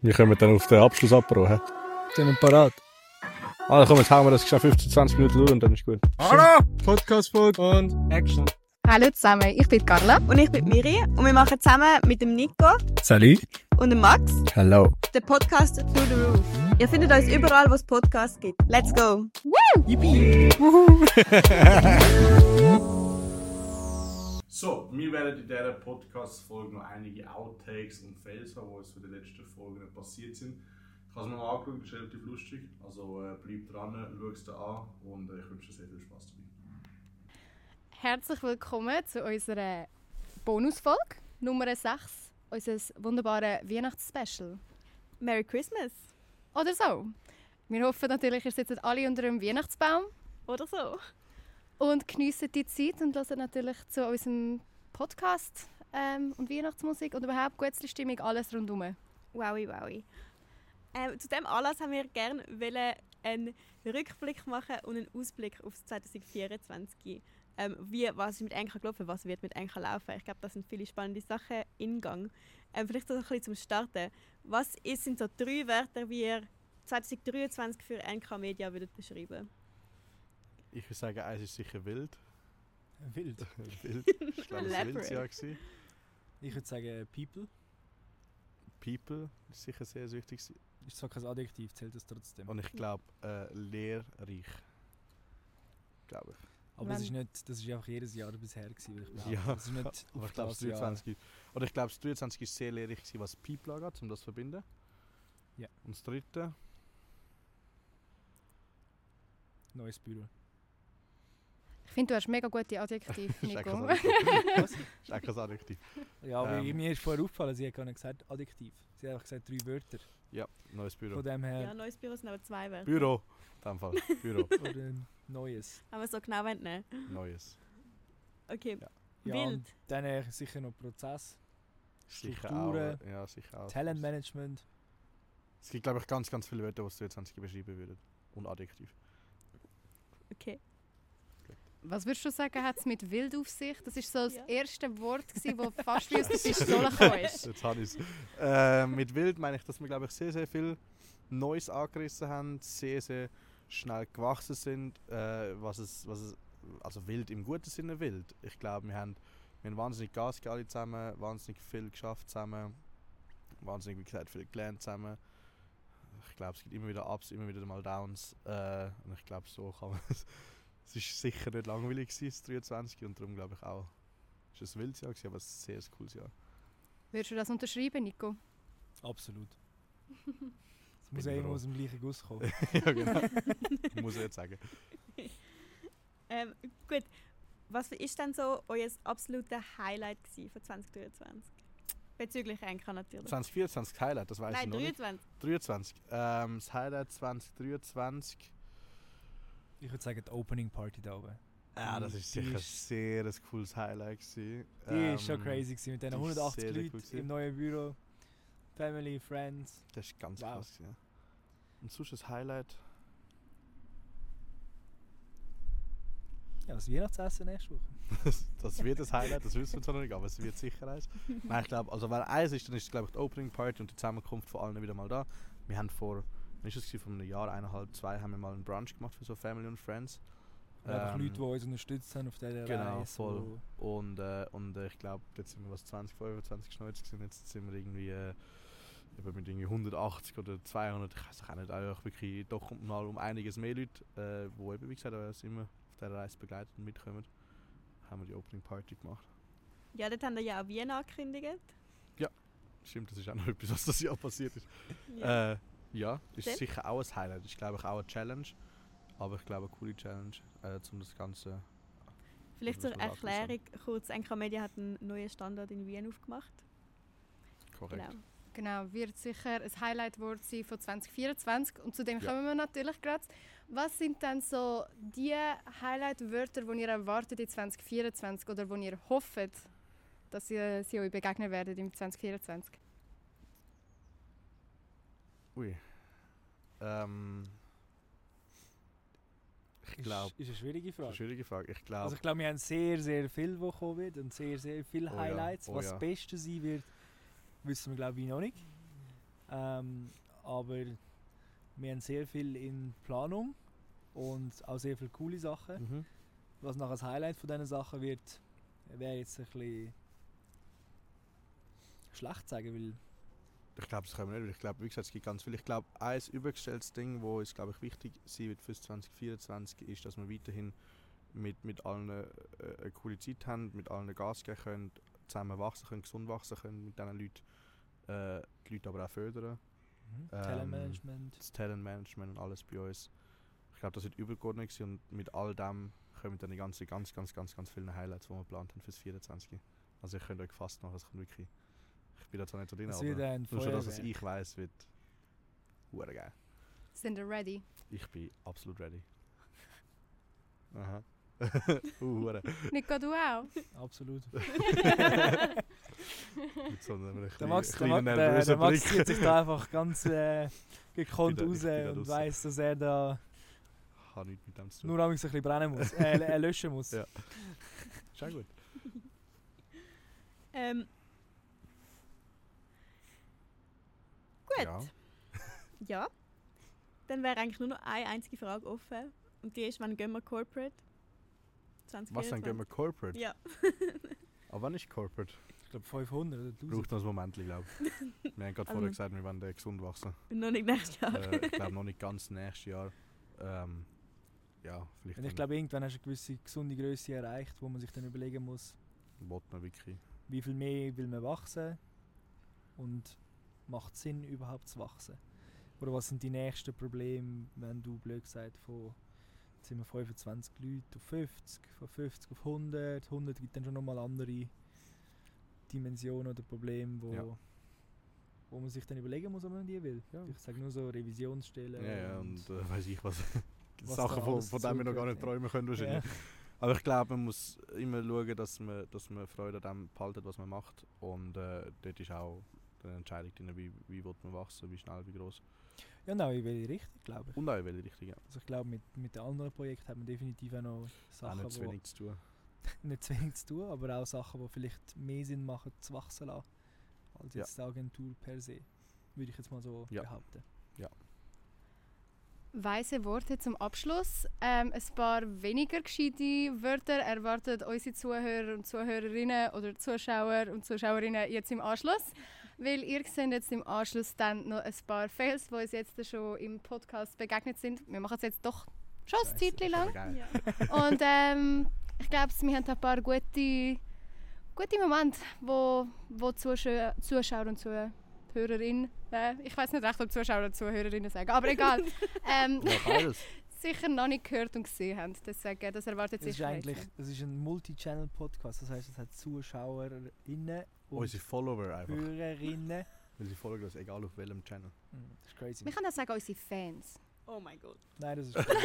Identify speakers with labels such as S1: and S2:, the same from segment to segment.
S1: Wir kommen dann auf den Abschluss abbrauchen.
S2: Sind wir parat?
S1: Also komm, jetzt hauen wir das geschafft 15, 20 Minuten durch und dann ist gut.
S2: Hallo! Podcast-Folge und Action.
S3: Hallo zusammen, ich bin Carla.
S4: Und ich bin Miri und wir machen zusammen mit dem Nico
S5: Salut.
S4: und dem Max
S5: Hello.
S4: den Podcast Through the Roof. Ihr findet uns überall, wo es Podcasts gibt. Let's go!
S6: So, wir werden in dieser Podcast-Folge noch einige Outtakes und Fails haben, die uns von den letzten Folgen passiert sind. Ich habe es mir mal angeschaut, das ist relativ lustig. Also äh, bleib dran, schau es dir an und äh, ich wünsche dir sehr viel Spaß dabei.
S3: Herzlich willkommen zu unserer Bonusfolge Nummer 6, unseres wunderbaren Weihnachtsspecial.
S4: Merry Christmas!
S3: Oder so. Wir hoffen natürlich, ihr sitzt alle unter einem Weihnachtsbaum
S4: Oder so.
S3: und geniessen die Zeit und hören natürlich zu unserem Podcast ähm, und Weihnachtsmusik und überhaupt gute Stimmung, alles rundherum.
S4: Wowi, wowi. Ähm, zu diesem Anlass haben wir gerne wollen einen Rückblick machen und einen Ausblick auf das 2024. Ähm, wie, was ist mit Enka gelaufen, was wird mit Enka laufen? Ich glaube, das sind viele spannende Sachen in Gang. Ähm, vielleicht so ein bisschen zum Starten. Was ist, sind so drei Wörter, wie ihr 2023 für Enka Media würdet beschreiben?
S7: Ich würde sagen, eins ist sicher wild.
S2: Wild.
S7: wild. Ich glaube, es war ein wildes
S4: Elaborate.
S7: Jahr. gewesen.
S2: Ich würde sagen, People.
S7: People ist sicher sehr wichtig. gewesen.
S2: Ist zwar kein Adjektiv, zählt es trotzdem.
S7: Und ich glaube, äh, lehrreich. Glaube ich.
S2: Aber das
S3: Wenn-
S2: ist nicht, das ist einfach jedes Jahr bisher gewesen, würde ich behaupten.
S7: Ja,
S2: Das ist nicht
S7: Aber
S2: auf
S7: ich glaube, das
S2: das Jahr.
S7: 23 Oder ich glaube, das 23 war sehr lehrreich, gewesen, was People angeht, um das zu verbinden.
S2: Ja.
S7: Und das dritte,
S2: Neues Büro.
S3: Ich finde, du hast mega gute Adjektive,
S7: ist auch kein
S3: Nico.
S7: Adjektiv. ist auch kein Adjektiv.
S2: Ja, aber
S7: Ähm.
S2: mir ist vorher aufgefallen, sie hat gar nicht gesagt Adjektiv. Sie hat einfach gesagt drei Wörter.
S7: Ja, neues Büro.
S2: Von dem
S4: Ja,
S2: her,
S4: neues Büro sind aber zwei Wörter.
S7: Büro! In dem Fall. Büro.
S2: oder ein neues.
S4: Wenn wir so genau wollen, nehmen.
S7: Neues.
S4: Okay,
S7: Ja.
S2: Ja,
S4: wild.
S2: Dann äh, sicher noch Prozess,
S7: Sicher
S2: Strukturen,
S7: auch. Ja, sicher auch.
S2: Talentmanagement.
S7: Es gibt, glaube ich, ganz, ganz viele Wörter, die das 23 beschreiben würden. Und Adjektiv.
S4: Okay.
S3: Was würdest du sagen, hat es mit Wild auf sich? Das war so das
S4: Ja.
S3: erste Wort, gewesen, wo fast wie aus der Pistole gekommen ist.
S7: Jetzt habe ich äh, Mit Wild meine ich, dass wir, glaube ich, sehr, sehr viel Neues angerissen haben, sehr, sehr schnell gewachsen sind, äh, was, es, was es, also wild im guten Sinne wild. Ich glaube, wir haben, wir haben wahnsinnig Gas gegeben alle zusammen, wahnsinnig viel geschafft zusammen, wahnsinnig, wie gesagt, viel gelernt zusammen. Ich glaube, es gibt immer wieder Ups, immer wieder mal Downs äh, und ich glaube, so kann man es. Es ist sicher nicht langweilig gewesen, das 23 und darum glaube ich auch, es war ein wildes Jahr, gewesen, aber ein sehr sehr cooles Jahr.
S3: Würdest du das unterschreiben, Nico?
S2: Absolut. Es
S7: bin
S2: muss ja
S7: ich
S2: immer
S7: froh.
S2: aus dem gleichen Guss kommen.
S7: ja, genau. Muss ich jetzt sagen.
S4: Ähm, gut. Was ist denn so euer absolutes Highlight gewesen von 2023? Bezüglich Enka natürlich.
S7: 2024 Highlight, das weiß ich
S4: Nein,
S7: noch nicht.
S4: 23.
S7: 23. Ähm, das Highlight 2023.
S2: Ich würde sagen, die Opening Party da oben.
S7: Ja, Ah, das
S2: Die
S7: Mm, ist sicher
S2: ist-
S7: sehr ein cooles Highlight gewesen.
S2: Die ist schon crazy gewesen, mit diesen
S7: Ähm, die ist
S2: 180
S7: sehr, sehr cool
S2: Leuten
S7: gewesen.
S2: im neuen Büro. Family, Friends.
S7: Das ist ganz
S2: Wow.
S7: krass gewesen. ja. Und sonst das Highlight.
S2: Ja, das Weihnachtsessen nächste Woche.
S7: Das, das wird das Highlight, das wissen wir zwar noch nicht, aber es wird sicher eins. Nein, ich glaube, also wenn eins ist, dann ist es glaube ich die Opening Party und die Zusammenkunft von allen wieder mal da. Wir haben vor, wann ist es gewesen, vor einem Jahr, eineinhalb, zwei, haben wir mal einen Brunch gemacht für so Family und Friends.
S2: Und einfach
S7: Ähm,
S2: Leute, die uns unterstützt haben auf dieser
S7: genau,
S2: Reise.
S7: voll.
S2: wo-
S7: Und, äh, und äh, ich glaube, jetzt sind wir was 20, 25 Schneuze gewesen. Jetzt sind wir irgendwie äh, eben mit irgendwie 180 oder 200. Ich weiß auch nicht, auch wirklich doch mal um einiges mehr Leute, äh, wo eben, wie gesagt, uns immer auf dieser Reise begleitet und mitkommen. Haben wir die Opening Party gemacht.
S4: Ja, dort haben wir ja auch Wien angekündigt.
S7: Stimmt, das ist auch noch etwas, was das Jahr passiert ist.
S4: Ja.
S7: Äh, ja, ist
S4: Stimmt.
S7: sicher auch ein Highlight. Ist, glaube ich, auch eine Challenge. Aber ich glaube, eine coole Challenge, äh, um das Ganze
S4: Vielleicht
S7: das
S4: zur
S7: muss man
S4: Erklärung kurz, Enka Media hat einen neuen Standort in Wien aufgemacht.
S7: korrekt.
S4: Genau.
S3: Genau, wird sicher ein Highlight-Wort sein von 2024 und zu dem
S7: Ja.
S3: kommen wir natürlich gerade. Was sind denn so die Highlight-Wörter, die ihr erwartet in 2024 oder wo ihr hofft, dass ihr sie euch begegnen werdet im 2024?
S7: Ui. Ähm, ich
S2: Ist,
S7: glaube.
S2: ist eine schwierige
S7: Das ist
S2: Frage.
S7: eine schwierige Frage. Ich glaube,
S2: Also ich glaube, wir haben sehr, sehr viel, wo kommen wird und sehr, sehr viele
S7: Oh ja,
S2: Highlights.
S7: oh
S2: Was
S7: ja.
S2: das Beste sein wird, wissen wir glaube ich noch nicht. Ähm, aber wir haben sehr viel in Planung und auch sehr viele coole Sachen.
S7: Mhm.
S2: Was nachher das Highlight von diesen Sachen wird, wäre jetzt ein bisschen schlecht zu sagen, weil
S7: Ich glaube, das können wir nicht. weil Ich glaube, wie gesagt, es gibt ganz viel. Ich glaube, ein übergestelltes Ding, wo es, glaube ich, wichtig sein wird fürs 2024, ist, dass wir weiterhin mit, mit allen äh, eine coole Zeit haben, mit allen Gas geben können, zusammen wachsen können, gesund wachsen können, mit diesen Leuten, äh, die Leute aber auch fördern.
S2: mhm.
S7: Ähm,
S2: Talentmanagement.
S7: Das Talentmanagement und alles bei uns. Ich glaube, das wird übergeordnet sein und mit all dem kommen dann die ganzen, ganz, ganz, ganz, ganz vielen Highlights, die wir geplant haben fürs 24. Also ich könnt euch fast machen, es kommt wirklich... Ich bin da zwar nicht so drin,
S2: Es
S7: aber...
S2: wird ein
S7: genau, Nur schon das, was
S2: Feuerwerk.
S7: ich weiß, wird hure geil.
S3: Sind ihr ready?
S7: Ich bin absolut ready. Aha. uh, hure.
S3: Nico, du auch?
S2: Absolut.
S7: Mit so einem
S2: Der
S7: kleinen-
S2: Max, der,
S7: kleinen
S2: Max, der, der
S7: nervösen
S2: Max
S7: Blick.
S2: zieht sich da einfach ganz äh, gekonnt
S7: Ich bin da- ich
S2: raus
S7: bin da
S2: und
S7: draussen.
S2: weiss, dass er da
S7: Hat nichts mit dem zu tun.
S2: nur amigs ein bisschen brennen muss, äh, äh, löschen muss.
S7: Ja. Schau gut.
S4: Ähm. Gut.
S7: Ja.
S4: Ja. Dann wäre eigentlich nur noch eine einzige Frage offen. Und die ist, wann gehen wir corporate?
S7: Was, dann gehen wir corporate?
S4: Ja.
S7: Aber wann ist corporate?
S2: Ich glaube 500 oder 1000.
S7: Braucht noch ein Moment, glaube ich. Wir haben gerade vorher
S4: Also-
S7: gesagt, wir wollen äh, gesund wachsen.
S4: Noch nicht nächstes Jahr.
S7: Äh, ich glaube noch nicht ganz nächstes Jahr. Ähm, ja, vielleicht
S2: Und ich
S7: dann
S2: glaube, irgendwann hast du eine gewisse gesunde Größe erreicht, wo man sich dann überlegen muss,
S7: will man wirklich.
S2: wie viel mehr will man wachsen und macht Sinn überhaupt zu wachsen. Oder was sind die nächsten Probleme, wenn du blöd gesagt von jetzt sind wir 25 Leute auf 50, von 50 auf 100, 100 gibt dann schon nochmal andere Dimensionen oder Probleme, wo,
S7: Ja.
S2: wo man sich dann überlegen muss, ob man die will. Ich sage nur so Revisionsstellen.
S7: Ja, ja, und äh, weiß ich was.
S2: was da
S7: Sachen, von,
S2: alles
S7: von denen wir noch gar
S2: dazugehört,
S7: nicht träumen können wahrscheinlich.
S2: ja.
S7: Aber ich glaube, man muss immer schauen, dass man, dass man Freude an dem behaltet, was man macht. Und äh, dort ist auch eine Entscheidung drin, wie, wie will man wachsen, wie schnell, wie groß.
S2: ja, nein, ich will richtig, glaube ich.
S7: Und auch in welche Richtung. Ja.
S2: Also ich glaube, mit, mit den anderen Projekten hat man definitiv auch noch
S7: Auch
S2: Sachen,
S7: nicht zu
S2: wo-
S7: wenig zu tun.
S2: nicht zwingend zu tun, aber auch Sachen, die vielleicht mehr Sinn machen zu wachsen lassen, als
S7: Ja.
S2: jetzt die Agentur per se. Würde ich jetzt mal so
S7: Ja.
S2: behaupten.
S3: Weise Worte zum Abschluss. Ähm, ein paar weniger gescheite Wörter erwartet unsere Zuhörer und Zuhörerinnen oder Zuschauer und Zuschauerinnen jetzt im Anschluss. Weil ihr seht jetzt im Anschluss dann noch ein paar Fails, die uns jetzt schon im Podcast begegnet sind. Wir machen es jetzt doch schon ein
S2: Scheisse.
S3: Zeitchen lang.
S7: Aber geil.
S4: Ja.
S3: Und ähm, ich glaube, wir haben ein paar gute, gute Momente, wo, wo die Zuschau Zuschauer und Zuhörerinnen, äh, ich weiß nicht recht, ob Zuschauer und Zuhörerinnen sagen, aber egal, ähm,
S7: Ja, beides.
S3: sicher noch nicht gehört und gesehen haben. Deswegen, das erwartet
S2: Es ist
S3: sicher jetzt
S2: eigentlich
S3: noch.
S2: es ist ein Multi-Channel-Podcast, das heißt, es hat ZuschauerInnen und
S7: Unsere Follower Oh, einfach.
S2: Hörerinnen.
S7: Unsere Follower, also egal auf welchem Channel.
S2: Hm, Das ist crazy.
S3: Wir können auch sagen, unsere Fans.
S4: Oh mein Gott.
S2: Nein, das ist cringe.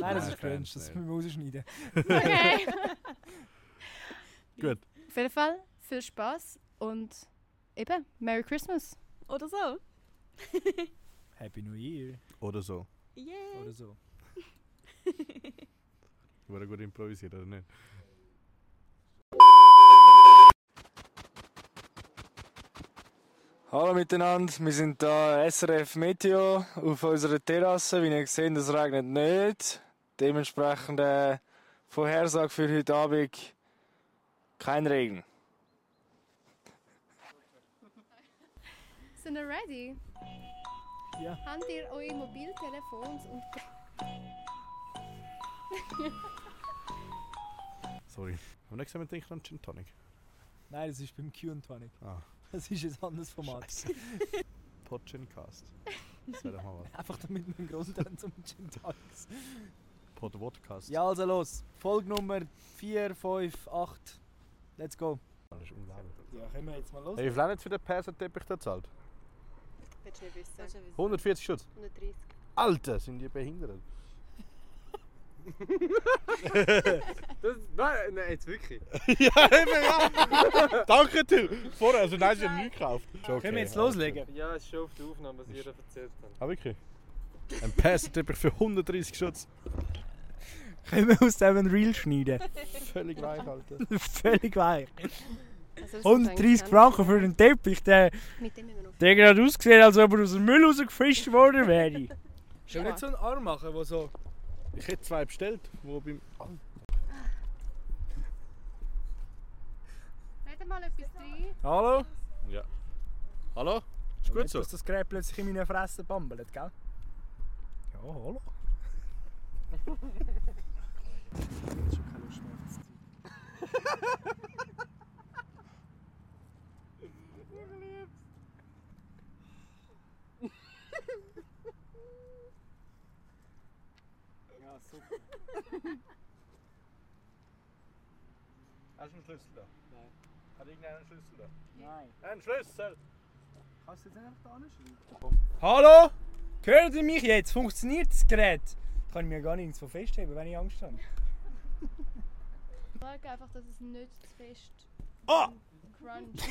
S2: Nein, das
S7: Nein,
S2: ist cringe.
S7: Fans
S2: Das
S7: nicht.
S2: müssen wir rausschneiden.
S3: Okay.
S7: Gut.
S3: Auf jeden Fall, viel Spaß und eben, Merry Christmas.
S4: Oder so.
S2: Happy New Year
S7: Oder so.
S4: Yay.
S2: oder so.
S7: Wurde gut improvisiert, oder nicht?
S5: Hallo miteinander, wir sind da SRF Meteo auf unserer Terrasse. Wie ihr seht, es regnet nicht. Dementsprechend äh, Vorhersage für heute Abend: kein Regen.
S3: Sind ihr ready?
S2: Ja.
S3: Habt ihr eure Mobiltelefons und
S7: Sorry. Am nächsten Mal trinke ich noch einen Gin Tonic.
S2: Nein, das ist beim Q-Tonic.
S7: Ah,
S2: Das ist ein anderes Format.
S7: Pod Gin Cast. Das wäre doch mal was.
S2: Einfach damit wir einen Grund haben zum Gin Tonics.
S7: Pod Wodcast.
S2: Ja, also los. Folge Nummer 4, 5, 8. Let's go.
S7: Das ist unglaublich.
S2: Ja, können wir jetzt mal los?
S7: Hey, wie viel haben jetzt für den Perserteppich gezahlt?
S8: Willst du nicht wissen?
S7: 140 Stutz.
S8: 130.
S7: Alter, sind die behindert.
S5: Das, nein, nein, jetzt wirklich.
S7: ja, eben, ja. Danke, Till. Vorher, also nein, sie haben nichts gekauft.
S2: Können wir jetzt loslegen?
S5: Ja, es ist schon auf der Aufnahme, was ihr da erzählt habt.
S7: Ah, wirklich? Ein Perserteppich für 130 Stutz.
S2: Können wir aus dem ein Reel schneiden?
S7: Völlig reich, Alter.
S2: Völlig weich.
S8: Also, das ist
S2: 130
S8: eigentlich-
S2: Franken für einen Teppich, der,
S8: Mit dem müssen wir noch
S2: der gerade ausgesehen als ob er aus dem Müll rausgefischt worden wäre.
S8: Schon nicht so
S2: einen Arm machen, der so...
S7: Ich hätte zwei bestellt, wo beim...
S3: Red mal etwas rein.
S2: Hallo?
S7: Hallo? Ist gut
S2: Nicht,
S7: so?
S2: Dass das Gerät plötzlich in meiner Fresse bambelt, gell? Ja, hallo.
S1: Hast du einen Schlüssel da?
S2: Nein.
S1: Hat irgendeiner einen Schlüssel da?
S2: Nein.
S1: Ein Schlüssel!
S2: Kannst du jetzt einfach da Hallo? Hört ihr mich jetzt? Funktioniert das Gerät? Kann ich mir gar nichts von festheben, wenn ich Angst habe.
S3: Sag einfach, dass es nicht zu fest
S2: Ah!
S3: crunch.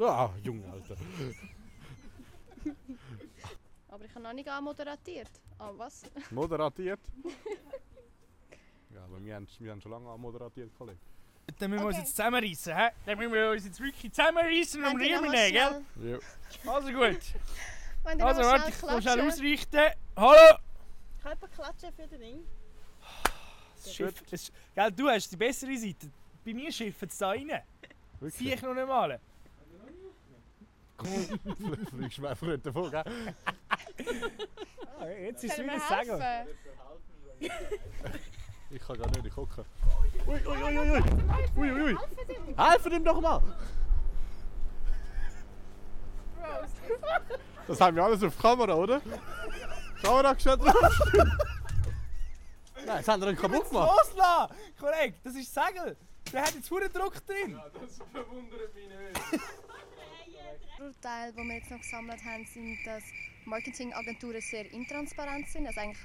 S7: Ah, Junge, Alter.
S3: Aber ich habe noch nicht anmoderatiert. Ah, was?
S7: Moderatiert. ja, aber wir haben, wir haben schon lange moderatiert, Kollege.
S2: Dann müssen wir uns
S3: Okay.
S2: jetzt zusammenreißen, hä? Dann müssen wir uns jetzt wirklich zusammenreißen und Riemen nehmen, gell?
S7: Ja.
S2: Also gut.
S3: Wenn ihr
S2: Also
S3: noch schnell
S2: warte, ich muss schnell
S3: klatschen.
S2: ausrichten. Hallo!
S4: Kann jemand klatschen für den Ring?
S2: Das Schiff, das, gell, du hast die bessere Seite. Bei mir schiffen es da rein. Sehe ich noch nicht mal.
S7: Fliegst du mir einfach nicht davon, gell?
S2: Ah, jetzt ist es
S3: Können
S2: wieder
S3: wir
S2: ein Segen.
S3: helfen?
S7: Ich kann gar nicht, ich hocke. Ui, ui, ui, ui, ui. Ui, ui, ui. Helfen ihm doch mal! Das haben wir alles auf Kamera, oder? Kamera geschaut drauf. Nein, das haben wir nicht kaputt gemacht.
S2: Loslassen! Kollege, das ist Segel. Der hat jetzt hohen Druck drin.
S3: Vorurteile, die wir jetzt noch gesammelt haben, sind, dass Marketingagenturen sehr intransparent sind. Also eigentlich